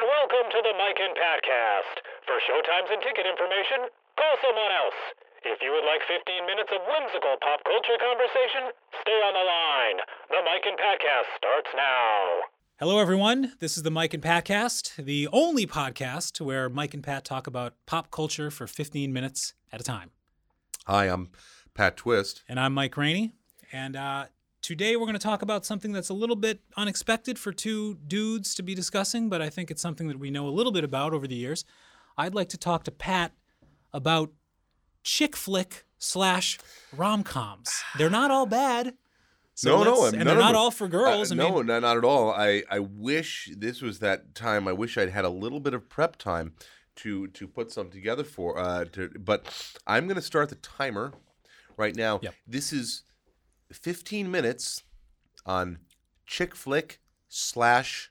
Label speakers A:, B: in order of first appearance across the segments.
A: to the Mike and Pat cast. For showtimes and ticket information, call someone else. If you would like 15 minutes of whimsical pop culture conversation, stay on the line. The Mike and Pat cast starts now.
B: Hello, everyone. This is the Mike and Pat cast, the only podcast where Mike and Pat talk about pop culture for 15 minutes at a time.
C: Hi, I'm Pat Twist.
B: And I'm Mike Rainey. And uh, today we're going to talk about something that's a little bit unexpected for two dudes to be discussing, but I think it's something that we know a little bit about over the years. I'd like to talk to Pat about chick flick slash rom coms. They're not all bad. So
C: no, no,
B: let's- and they're
C: none of
B: not
C: them-
B: all for girls.
C: Uh,
B: I
C: no,
B: mean,
C: no, not at all. I, I wish this was that time. I wish I'd had a little bit of prep time to to put some together for. Uh, to, but I'm going to start the timer right now.
B: Yep.
C: This is 15 minutes on chick flick slash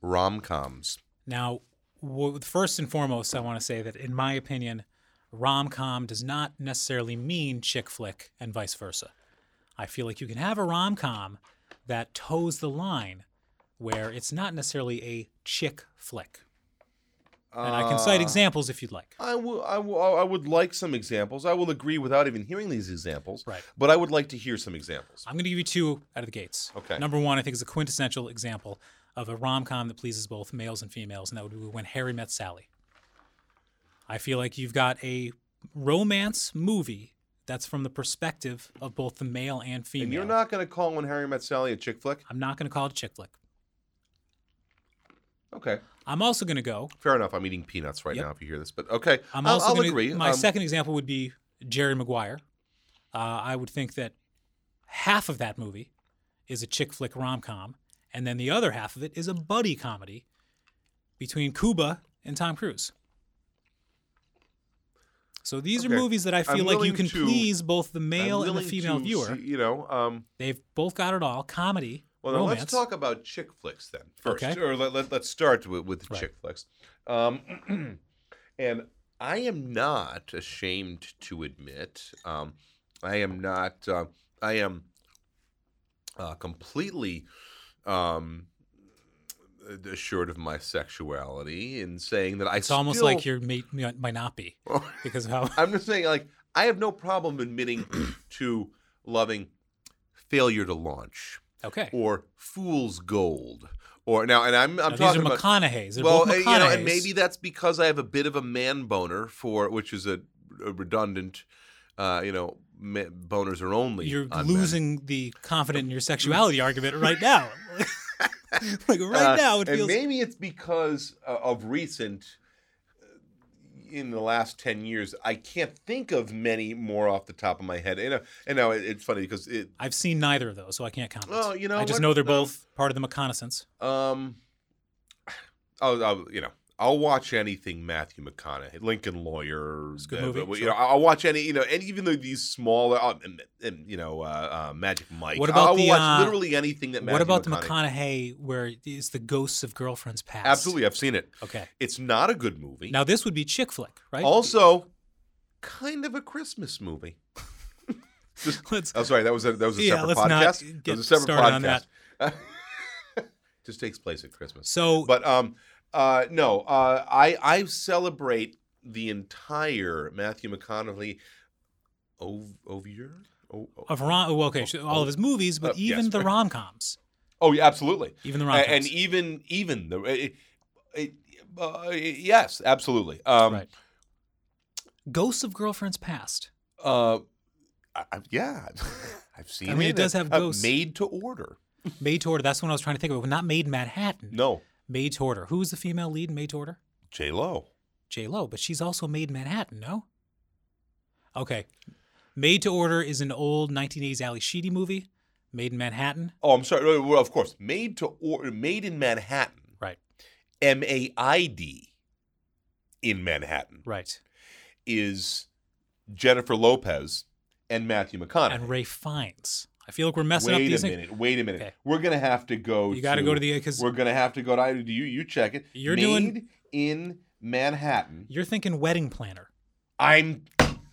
C: rom coms.
B: Now, w- first and foremost, I want to say that, in my opinion, rom com does not necessarily mean chick flick and vice versa. I feel like you can have a rom com that toes the line where it's not necessarily a chick flick. And I can cite
C: Uh.
B: examples if you'd like.
C: I will, I will, I would like some examples. I will agree without even hearing these examples.
B: Right.
C: But I would like to hear some examples.
B: I'm going to give you two out of the gates.
C: Okay.
B: Number one, I think, is a quintessential example of a rom com that pleases both males and females, and that would be When Harry Met Sally. I feel like you've got a romance movie that's from the perspective of both the male and female.
C: And you're not going to call when Harry Met Sally a chick flick?
B: I'm not going to call it a chick flick.
C: Okay.
B: I'm also going to go.
C: Fair enough. I'm eating peanuts right
B: Yep.
C: now. If you hear this, but okay,
B: I'm
C: I'll-
B: also
C: I'll
B: gonna,
C: agree.
B: My
C: Um,
B: second example would be Jerry Maguire. Uh, I would think that half of that movie is a chick flick rom com, and then the other half of it is a buddy comedy between Cuba and Tom Cruise. So these
C: Okay.
B: are movies that I feel like you
C: willing
B: can
C: to-
B: please both the
C: I'm
B: male and the
C: willing
B: female
C: to
B: viewer.
C: see- you know, um,
B: They've both got it all: comedy,
C: well, now
B: romance.
C: let's talk about chick flicks then first,
B: Okay.
C: or let, let, us start with, with
B: Right.
C: chick flicks. Um, and I am not ashamed to admit, um, I am not. Uh, I am uh, completely um, assured of my sexuality in saying that I.
B: it's almost like
C: still-
B: your mate might might not be because of how
C: I'm just saying, like, I have no problem admitting to loving failure to launch
B: okay.
C: or fool's gold or now, and I'm I'm
B: Now, these
C: talking
B: are
C: about
B: McConaughey's. They're
C: well,
B: both
C: uh, you know, and
B: McConaughey's.
C: maybe that's because I have a bit of a man boner for which is a, a redundant, uh, you know, ma- boners are only
B: You're
C: on men.
B: losing the confident in your sexuality argument right now. like right
C: Uh,
B: now, it
C: and
B: feels.
C: maybe it's because uh, of recent. uh, In the last ten years, I can't think of many more off the top of my head. And uh, and now it, it's funny because it
B: I've seen neither of those, so I can't comment.
C: Well, you know
B: I just
C: what?
B: know they're
C: Um,
B: both part of the reconnaissance.
C: Um, I'll, I'll you know I'll watch anything Matthew McConaughey, Lincoln Lawyer,
B: a good
C: uh,
B: movie,
C: you
B: sure.
C: know I'll watch any you know and even though these smaller uh, and, and, you know uh, uh, Magic Mike.
B: What about
C: I'll
B: the,
C: watch
B: uh,
C: literally anything that Matthew
B: What about the
C: McConaughey?
B: McConaughey where it's the ghosts of girlfriends past?
C: Absolutely, I've seen it.
B: Okay.
C: It's not a good movie.
B: Now this would be chick flick, right?
C: also, kind of a Christmas movie.
B: let's
C: Oh, sorry, that was a that was a
B: Yeah,
C: separate
B: let's not
C: podcast.
B: get
C: that was a separate
B: started
C: podcast.
B: on
C: Just takes place at Christmas.
B: so
C: But um, uh, no, uh, I I celebrate the entire Matthew McConaughey ov- Ovier. Oh, oh,
B: of rom. Well, okay, so all of his movies, but
C: Uh, yes.
B: even the rom coms,
C: oh, yeah, absolutely.
B: even the
C: A-
B: rom coms,
C: and e, even even the it, it, uh, yes, absolutely. Um,
B: right? Ghosts of girlfriends past.
C: uh, I, I- yeah, I've seen.
B: I mean, it does have
C: Uh,
B: ghosts.
C: Made to order.
B: Maid to Order. That's the one I was trying to think of. Not Maid Manhattan.
C: No,
B: Maid to Order. Who's the female lead in Maid to Order?
C: J Lo.
B: J Lo, but she's also Made in Manhattan, no? Okay. Made to Order is an old 1980s Ali Sheedy movie. Made in Manhattan.
C: Oh, I'm sorry. Well, of course, made to order. Made in Manhattan.
B: Right.
C: M A I D. In Manhattan.
B: Right.
C: is Jennifer Lopez and Matthew McConaughey.
B: And Ray Fiennes. I feel like we're messing up
C: wait a
B: these things.
C: minute. Wait a minute.
B: Okay.
C: We're gonna have to go.
B: You got to go to the because
C: We're gonna have to go to. I- Do you? You check it.
B: You're
C: Made
B: doing-
C: in Manhattan.
B: you're thinking wedding planner.
C: I'm.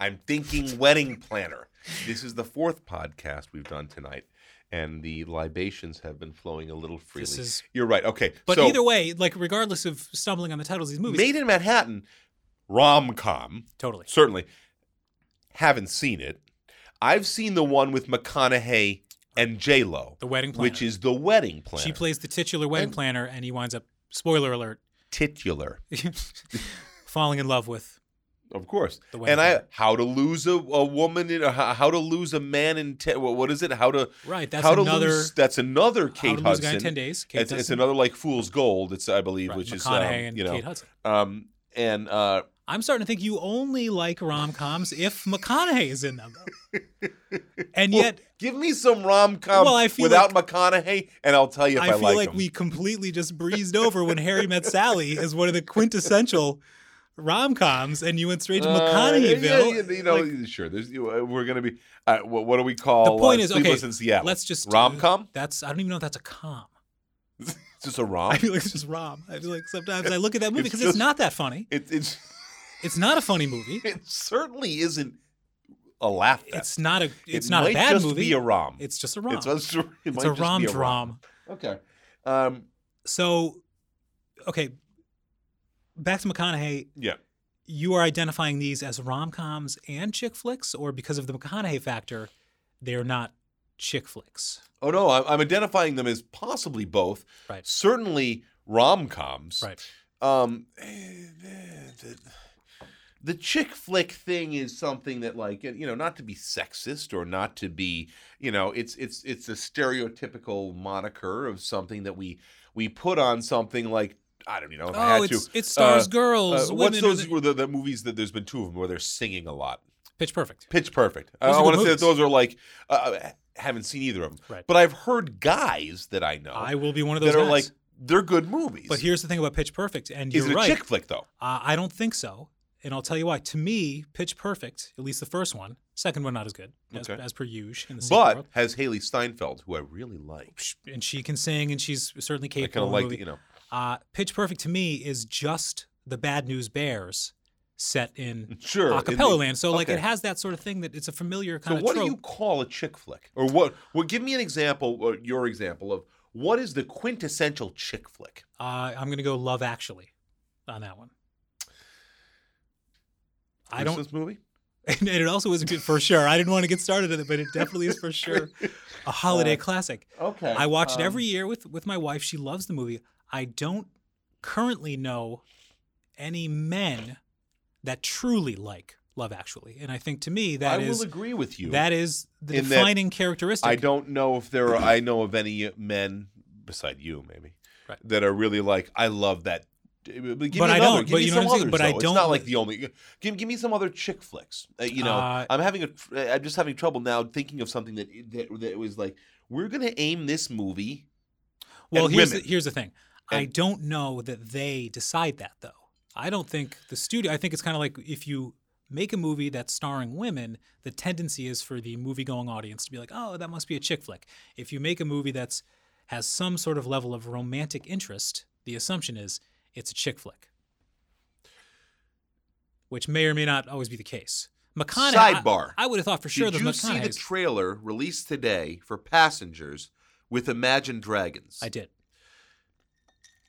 C: I'm thinking wedding planner. This is the fourth podcast we've done tonight, and the libations have been flowing a little freely.
B: This is-
C: You're right. Okay.
B: But
C: so,
B: either way, like regardless of stumbling on the titles of these movies,
C: Made in Manhattan, rom com,
B: totally.
C: certainly. Haven't seen it. I've seen the one with McConaughey and J Lo,
B: The wedding planner.
C: which is the wedding planner.
B: she plays the titular wedding
C: And-
B: planner, and he winds up. Spoiler alert.
C: titular,
B: falling in love with
C: of course.
B: The wedding
C: and I,
B: planner.
C: how to lose a, a woman in, or how, how to lose a man in te- what what is it? How to
B: right. That's
C: how
B: another.
C: to lose. That's another Kate
B: How to Lose a
C: Hudson.
B: Guy in Ten Days. Kate
C: it's, it's
B: Hudson,
C: another like Fool's Gold. It's I believe,
B: right,
C: which is um,
B: McConaughey and
C: you know,
B: Kate Hudson.
C: um, and uh,
B: I'm starting to think you only like rom coms if McConaughey is in them. and
C: well,
B: yet,
C: give me some rom com
B: Well, I feel
C: without McConaughey, and I'll tell you if I,
B: I feel
C: like,
B: like,
C: him.
B: we completely just breezed over when Harry Met Sally is one of the quintessential rom coms, and you went straight to
C: Uh, yeah,
B: McConaugheyville.
C: yeah, you know,
B: Like,
C: sure. There's, you- uh, we're gonna be. Uh, what, what do we call?
B: the point
C: uh,
B: is,
C: Sleepless
B: okay,
C: in Seattle.
B: let's just uh,
C: rom com.
B: That's I don't even know if that's a com.
C: It's just a rom.
B: I feel like it's just rom. I feel like sometimes I look at that movie
C: It's
B: because it's
C: just-
B: not that funny.
C: It, it's
B: It's not a funny movie.
C: it certainly isn't a laugh. fest.
B: It's not a. It's
C: it
B: not
C: might
B: a bad
C: just
B: movie.
C: Be a rom.
B: It's just a rom.
C: It's, a- it might
B: It's a
C: just be
B: rom
C: a rom.
B: dram.
C: Okay. Um.
B: So, okay, back to McConaughey.
C: Yeah.
B: You are identifying these as rom coms and chick flicks, or because of the McConaughey factor, they're not chick flicks.
C: Oh no, I'm, I'm identifying them as possibly both.
B: Right.
C: Certainly rom coms.
B: Right.
C: Um, eh, the, the chick flick thing is something that, like, you know, not to be sexist or not to be, you know, it's it's it's a stereotypical moniker of something that we we put on something like I don't you know if I
B: Oh,
C: had to.
B: it's, it stars
C: uh,
B: girls.
C: uh,
B: women,
C: what's those were the, the movies that there's been two of them where they're singing a lot?
B: Pitch Perfect.
C: Pitch Perfect. I-
B: Those are
C: I
B: good
C: want to say that
B: movies.
C: those are like uh, I haven't seen either of them,
B: Right.
C: but I've heard guys that I know
B: I will be one of those
C: that are
B: guys.
C: like they're good movies.
B: but here's the thing about Pitch Perfect, and
C: is
B: you're
C: it a
B: right.
C: chick flick though?
B: Uh, I don't think so. And I'll tell you why. To me, Pitch Perfect, at least the first one, second one not as good as,
C: Okay.
B: as per usual in the sequel
C: but
B: world.
C: has Haley Steinfeld, who I really like.
B: Sh- and she can sing, and she's certainly
C: I
B: capable. in
C: kind of
B: the
C: like,
B: movie.
C: you know,
B: Uh, Pitch Perfect to me is just the Bad News Bears set in
C: sure. in
B: acapella
C: the-
B: land. So like it
C: okay.
B: has that sort of thing that it's a familiar
C: So
B: kind of
C: what do
B: trope.
C: you call a chick flick, or what? Well, give me an example, or your example of what is the quintessential chick flick?
B: Uh, I'm gonna go Love Actually on that one. I don't,
C: This movie.
B: and it also is a good- for sure. I didn't want to get started on it, but it definitely is for sure a holiday
C: Uh,
B: classic.
C: Okay.
B: I watch it
C: um,
B: every year with with my wife. She loves the movie. I don't currently know any men that truly like Love Actually, and I think to me that
C: I
B: is
C: will agree with you.
B: that is the
C: in that
B: defining characteristic.
C: I don't know if there are. I know of any men beside you, maybe,
B: Right.
C: that are really like. I love that. Give me
B: But I
C: another.
B: don't-
C: Give
B: but
C: me
B: you know
C: some
B: what I'm saying?
C: others,
B: But I
C: though.
B: don't-
C: It's not like the only. Give, give me some other chick flicks. Uh, you know,
B: Uh,
C: I'm having a. I'm just having trouble now thinking of something that that, that was like. We're gonna aim this movie.
B: Well,
C: and
B: here's the,
C: women.
B: here's the thing. I
C: And-
B: don't know that they decide that though. I don't think the studio. I think it's kind of like if you make a movie that's starring women, the tendency is for the movie-going audience to be like, "Oh, that must be a chick flick." If you make a movie that's has some sort of level of romantic interest, the assumption is it's a chick flick, which may or may not always be the case. McConaughey. I-
C: Sidebar.
B: I, would have thought for sure
C: Did
B: the
C: you see the
B: McConaughey's.
C: trailer released today for Passengers with Imagine Dragons?
B: I did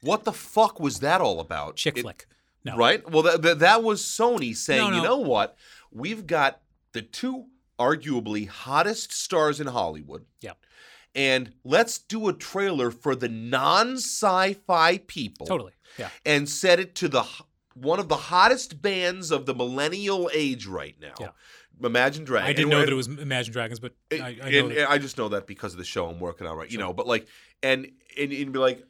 C: What the fuck was that all about?
B: chick
C: It-
B: flick. No.
C: Right? Well, that, that, that was Sony saying,
B: No, no.
C: you know what? We've got the two arguably hottest stars in Hollywood.
B: Yep.
C: And let's do a trailer for the non sci fi people
B: Totally. Yeah.
C: and set it to the h- one of the hottest bands of the millennial age right now.
B: Yeah.
C: Imagine Dragons.
B: I didn't
C: And
B: know
C: when-
B: that it was Imagine Dragons, but
C: and-
B: I, I know
C: and,
B: that-
C: and I just know that because of the show I'm working on right, you know. But like, and and, and be like,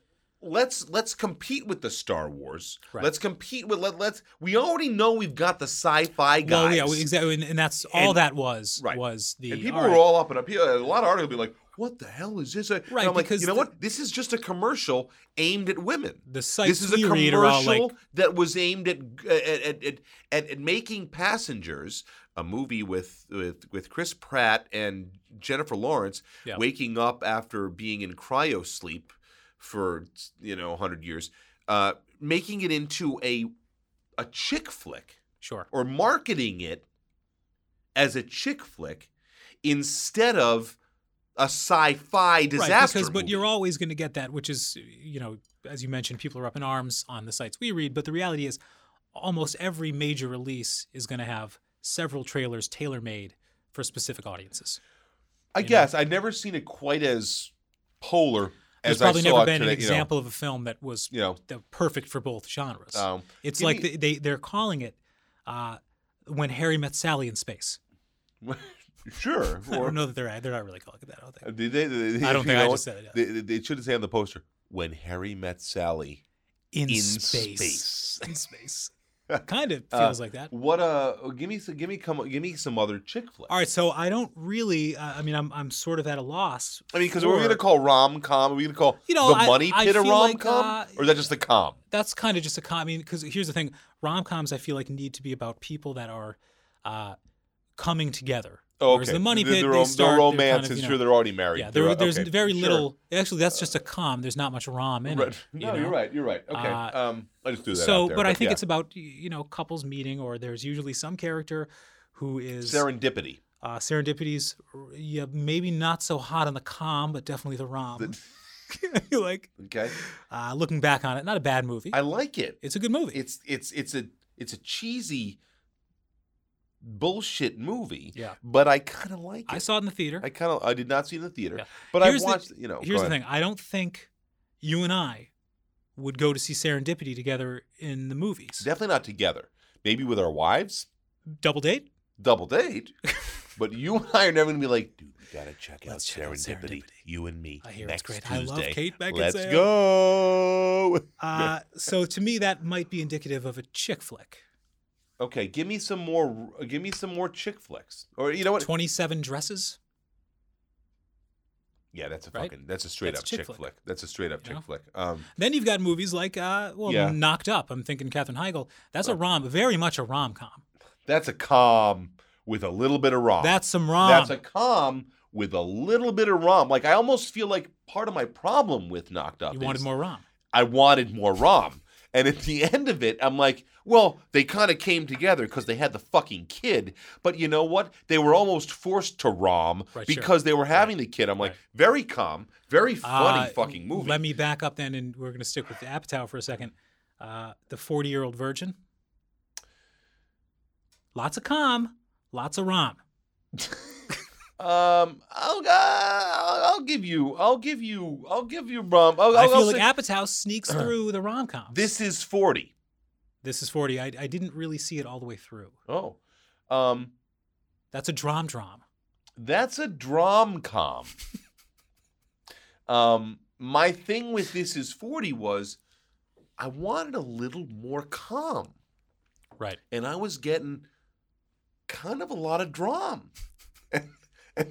C: let's let's compete with the Star Wars.
B: Right.
C: Let's compete with let, let's. We already know we've got the sci-fi guys.
B: Well, yeah, we- exactly, and, and that's all
C: And-
B: that was
C: right.
B: was the
C: And people
B: all right.
C: were all up and up. People, a lot of articles be like, "What the hell is this?" And
B: Right,
C: I'm like,
B: because
C: you know
B: the-
C: what? This is just a commercial aimed at women.
B: the sites
C: This is a
B: we read are all
C: commercial
B: like
C: that was aimed at at, at, at, at at making passengers a movie with with with Chris Pratt and Jennifer Lawrence
B: Yeah.
C: waking up after being in cryo sleep for you know 100 years uh, making it into a a chick flick
B: sure
C: or marketing it as a chick flick instead of a sci-fi disaster
B: right, because but
C: movie.
B: you're always going to get that, which is you know, as you mentioned, people are up in arms on the sites we read. But the reality is, almost every major release is going to have several trailers tailor made for specific audiences.
C: I
B: know?
C: guess I've never seen it quite as polar
B: There's
C: as
B: probably
C: I saw
B: never
C: it
B: been
C: today.
B: an example of a film that was
C: You know,
B: the perfect for both genres.
C: you know, um,
B: it's
C: give
B: like
C: me-
B: they, they they're calling it uh, when Harry met Sally in space.
C: sure.
B: I
C: or-
B: don't know that they're they're not really calling it that. I don't think.
C: Did they, they- they-
B: I don't
C: you
B: think I
C: know
B: just said it.
C: what? They, they- they should have said on the poster when Harry met Sally.
B: in,
C: in
B: space.
C: space.
B: In space. kind of
C: Uh,
B: feels like that.
C: What uh? Give me some. Give me come. Give me some other chick flick.
B: All right, so I don't really. Uh, I mean, I'm I'm sort of at a loss.
C: I mean, because we're
B: for-
C: gonna call rom com. Are we gonna call
B: You know,
C: the
B: I-
C: money
B: I
C: pit a
B: feel like,
C: rom com,
B: uh,
C: or is that just the com?
B: that's kind of just a com. I mean, because here's the thing: rom coms, I feel like, need to be about people that are uh, coming together.
C: Oh,
B: Whereas
C: okay.
B: the money
C: The-
B: pit,
C: the,
B: they
C: rom-
B: start,
C: the
B: they're
C: romance
B: kind of,
C: is
B: you know-
C: sure they're already married.
B: Yeah, there,
C: They're-
B: there's
C: uh, okay,
B: very
C: sure.
B: little. Actually, that's just a com. There's not much rom in
C: Right.
B: it. you
C: No, you
B: know?
C: are right. You're right. Okay.
B: Uh,
C: um, I just threw that.
B: So,
C: out there,
B: but I think
C: yeah.
B: it's about y- you know couples meeting, or there's usually some character who is
C: serendipity.
B: Uh, Serendipities, r- yeah, maybe not so hot on the com, but definitely the rom. like
C: Okay,
B: uh, looking back on it, not a bad movie.
C: I like it.
B: it's a good movie.
C: It's it's it's a it's a cheesy bullshit movie.
B: Yeah.
C: but I kind of like it.
B: I saw it in the theater.
C: I kind of I did not see it in the theater,
B: Yeah.
C: but I
B: Here's the-
C: watched. you know,
B: Here's the
C: go ahead.
B: thing: I don't think you and I would go to see Serendipity together in the movies.
C: Definitely not together. Maybe with our wives,
B: Double date?
C: double date. but you and I are never gonna be like, dude, we gotta check
B: Let's
C: out
B: check out
C: serendipity,
B: Serendipity."
C: You and me.
B: I hear it's
C: next
B: great. I
C: Tuesday.
B: love Kate Beckinsale.
C: Let's go.
B: Uh, so to me, that might be indicative of a chick flick.
C: Okay, give me some more. uh, Give me some more chick flicks. Or you know what?
B: Twenty-seven dresses.
C: yeah, that's a
B: right?
C: fucking. That's a straight
B: That's
C: up
B: a chick
C: chick
B: flick.
C: flick. That's a straight up
B: You
C: chick
B: know?
C: flick. Um,
B: Then you've got movies like, uh, well,
C: Yeah.
B: Knocked Up. I'm thinking Katherine Heigl. That's a rom, very much a rom com.
C: that's a calm with a little bit of rom.
B: That's some rom.
C: Ah, That's a calm with a little bit of rom. Like I almost feel like part of my problem with Knocked Up
B: you
C: is
B: wanted more rom.
C: I wanted more rom. And at the end of it, I'm like, well, they kind of came together because they had the fucking kid. But you know what? They were almost forced to rom
B: Right, sure.
C: because they were having the kid. I'm like,
B: Right.
C: very calm, very
B: Uh,
C: funny fucking movie.
B: Let me back up then, and we're going to stick with the Apatow for a second. Uh, the 40 year old virgin. Lots of calm, lots of rom.
C: um, I'll, uh, I'll I'll give you, I'll give you, I'll give you rom. I'll,
B: I
C: I'll-
B: feel
C: I'll
B: like
C: say-
B: Apatow sneaks through the rom com.
C: this is forty.
B: this is 40. I, I didn't really see it all the way through.
C: Oh, um,
B: That's a drom drom.
C: That's a drom com. um, my thing with this is 40 was I wanted a little more calm,
B: Right.
C: and I was getting kind of a lot of drum. and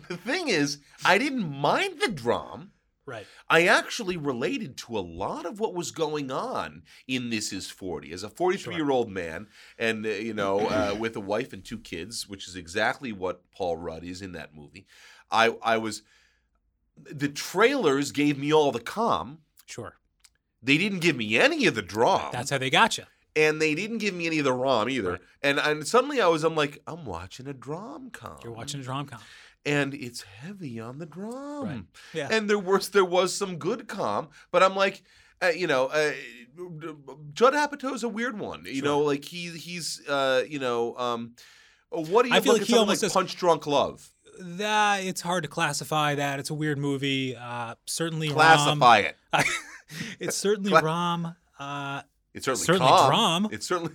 C: the thing is, I didn't mind the drum.
B: Right.
C: I actually related to a lot of what was going on in This Is 40. As a 43 year old man, and, uh, you know, uh, with a wife and two kids, which is exactly what Paul Rudd is in that movie, I, I was. The trailers gave me all the calm.
B: Sure.
C: They didn't give me any of the draw.
B: That's how they got you.
C: and they didn't give me any of the ROM either. And, and suddenly I was, I'm like, I'm watching a drum com.
B: You're watching a drom com.
C: And it's heavy on the drum
B: Right. Yeah.
C: and there was there was some good calm, but I'm like, uh, you know, uh, Judd Apatow's a weird one. You
B: Sure.
C: know, like he he's uh, you know, um, what do you
B: I feel like
C: look at
B: he
C: someone
B: almost
C: like
B: does-
C: Punch Drunk Love?
B: that it's hard to classify that. It's a weird movie. Uh, certainly
C: Classify it.
B: Rom. it's certainly
C: Cla-
B: Rom. Uh,
C: It's certainly,
B: certainly
C: calm.
B: drum.
C: It's certainly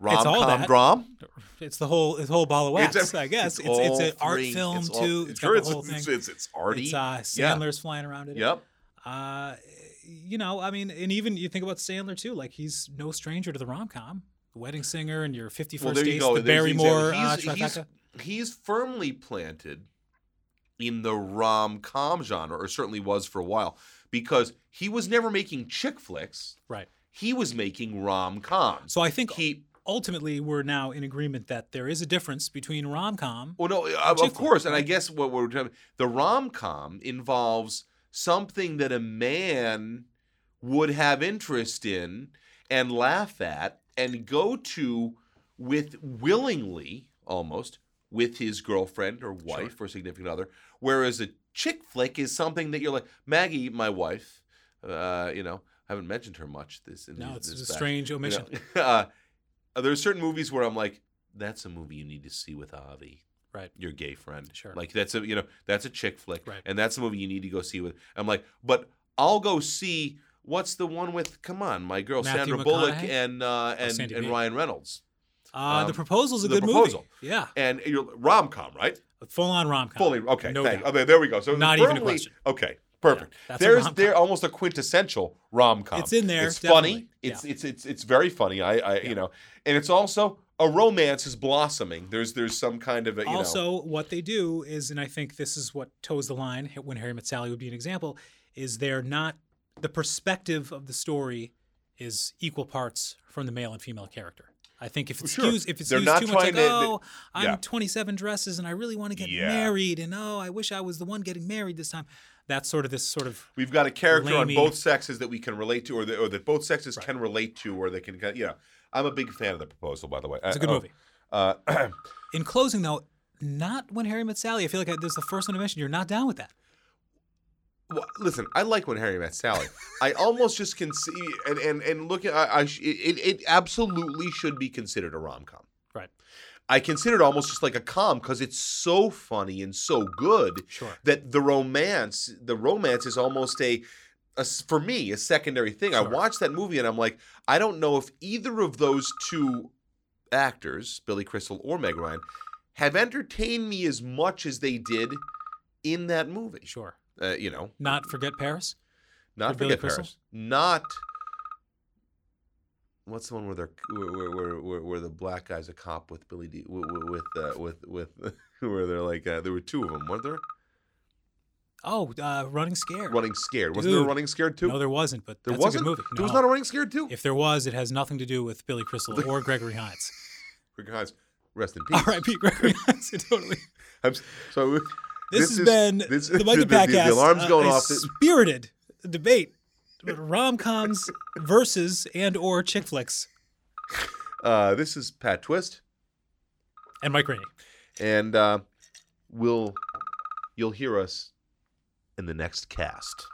C: rom
B: all
C: com
B: that.
C: drum.
B: it's the whole it's the whole ball of wax.
C: It's a-
B: I guess it's
C: all
B: it's, an art
C: three.
B: film
C: It's all-
B: too. It's
C: sure,
B: got
C: it's
B: the whole
C: it's,
B: thing.
C: it's it's arty.
B: It's, uh,
C: Yeah.
B: Sandler's flying around in it.
C: Yep.
B: Uh, you know, I mean, and even you think about Sandler too. Like he's no stranger to the rom com, Wedding Singer, and your Fifty First
C: Well, there you
B: Dates,
C: go.
B: the
C: There's the
B: Barrymore
C: example.
B: uh, trifecta.
C: He's- he's, he's firmly planted in the rom com genre, or certainly was for a while, because he was never making chick flicks.
B: Right.
C: He was making rom coms.
B: So I think
C: he.
B: ultimately we're now in agreement that there is a difference between rom com.
C: Well, no, of,
B: Chick
C: of
B: flick,
C: course, and I
B: right?
C: guess what we're talking the rom com involves something that a man would have interest in and laugh at and go to with willingly almost with his girlfriend or wife or significant other. Whereas a chick flick is something that you're like Maggie, my wife. Uh, you know, I haven't mentioned her much. This in
B: No,
C: these-
B: it's
C: this
B: a
C: back-
B: strange
C: you know,
B: omission.
C: uh, there are certain movies where I'm like, that's a movie you need to see with Avi,
B: Right.
C: your gay friend.
B: Sure.
C: Like that's a you know that's a chick flick,
B: Right.
C: and that's a movie you need to go see with. I'm like, but I'll go see what's the one with? Come on, my girl
B: Matthew
C: Sandra Bullock
B: McConaughey?
C: and uh, and,
B: Sandy
C: and
B: Bee.
C: Ryan Reynolds,
B: Uh, the
C: Um,
B: proposal's a
C: The
B: good
C: Proposal.
B: movie. Yeah,
C: and you're rom com, right?
B: full on rom com.
C: Fully okay.
B: Uh, no
C: thank-
B: doubt.
C: okay, there we go. So it's
B: Not even a
C: firmly-
B: question.
C: Okay, perfect.
B: Yeah, that's a
C: There's
B: rom-com.
C: they're almost a quintessential rom com.
B: It's in there,
C: It's funny.
B: definitely.
C: It's it's it's it's very funny. I I you know, and it's also a romance is blossoming. There's there's some kind of a you know.
B: also, what they do is, and I think this is what toes the line when Harry Met Sally would be an example, is they're not the perspective of the story is equal parts from the male and female character. I think if it
C: Sure.
B: skews, if it
C: They're
B: skews
C: not
B: too much,
C: trying
B: like
C: to-
B: oh, I'm
C: yeah.
B: 27 dresses and I really want to get
C: Yeah.
B: married, and oh, I wish I was the one getting married this time. That's sort of this sort of
C: We've got a character on
B: Lamy.
C: both sexes that we can relate to, or that, or that both sexes can relate to, or they can, you know. I'm a big fan of the proposal, by the way.
B: it's a good movie.
C: Uh,
B: In closing, though, not when Harry Met Sally. I feel like I, this is the first one I mentioned. You're not down with that.
C: Well, listen, I like when Harry met Sally. I almost just can see and and and look at I, I sh- it, it it absolutely should be considered a rom com.
B: Right.
C: I consider it almost just like a com because it's so funny and so good
B: Sure.
C: that the romance the romance is almost a, a s- for me a secondary thing. I
B: Sure.
C: watched that movie and I'm like, I don't know if either of those two actors, Billy Crystal or Meg Ryan, have entertained me as much as they did in that movie.
B: Sure.
C: Uh, you know,
B: Not forget Paris.
C: not
B: Billy
C: forget
B: Crystal?
C: Paris. Not what's the one where they're where where, where, where, where the black guy's a cop with Billy D with with uh, with, with where they're like uh, there were two of them, weren't there?
B: Oh, uh, Running Scared.
C: Running scared. Wasn't there a
B: Dude.
C: running scared too?
B: No, there wasn't. But
C: There
B: that's
C: wasn't.
B: a good movie.
C: There was
B: No.
C: not a running scared too.
B: if there was, it has nothing to do with Billy Crystal or Gregory Hines.
C: Guys, rest in peace.
B: R.I.P. Gregory Hines. it totally.
C: I'm s- so this,
B: This, has
C: is-
B: been
C: this-
B: the Mikey
C: the, the-
B: Podcast.
C: The alarm's
B: uh,
C: going
B: a
C: off.
B: Spirited debate. Rom coms versus and or chick flicks
C: Uh, this is Pat Twist,
B: and Mike Rainey.
C: and uh, we'll you'll hear us in the next cast.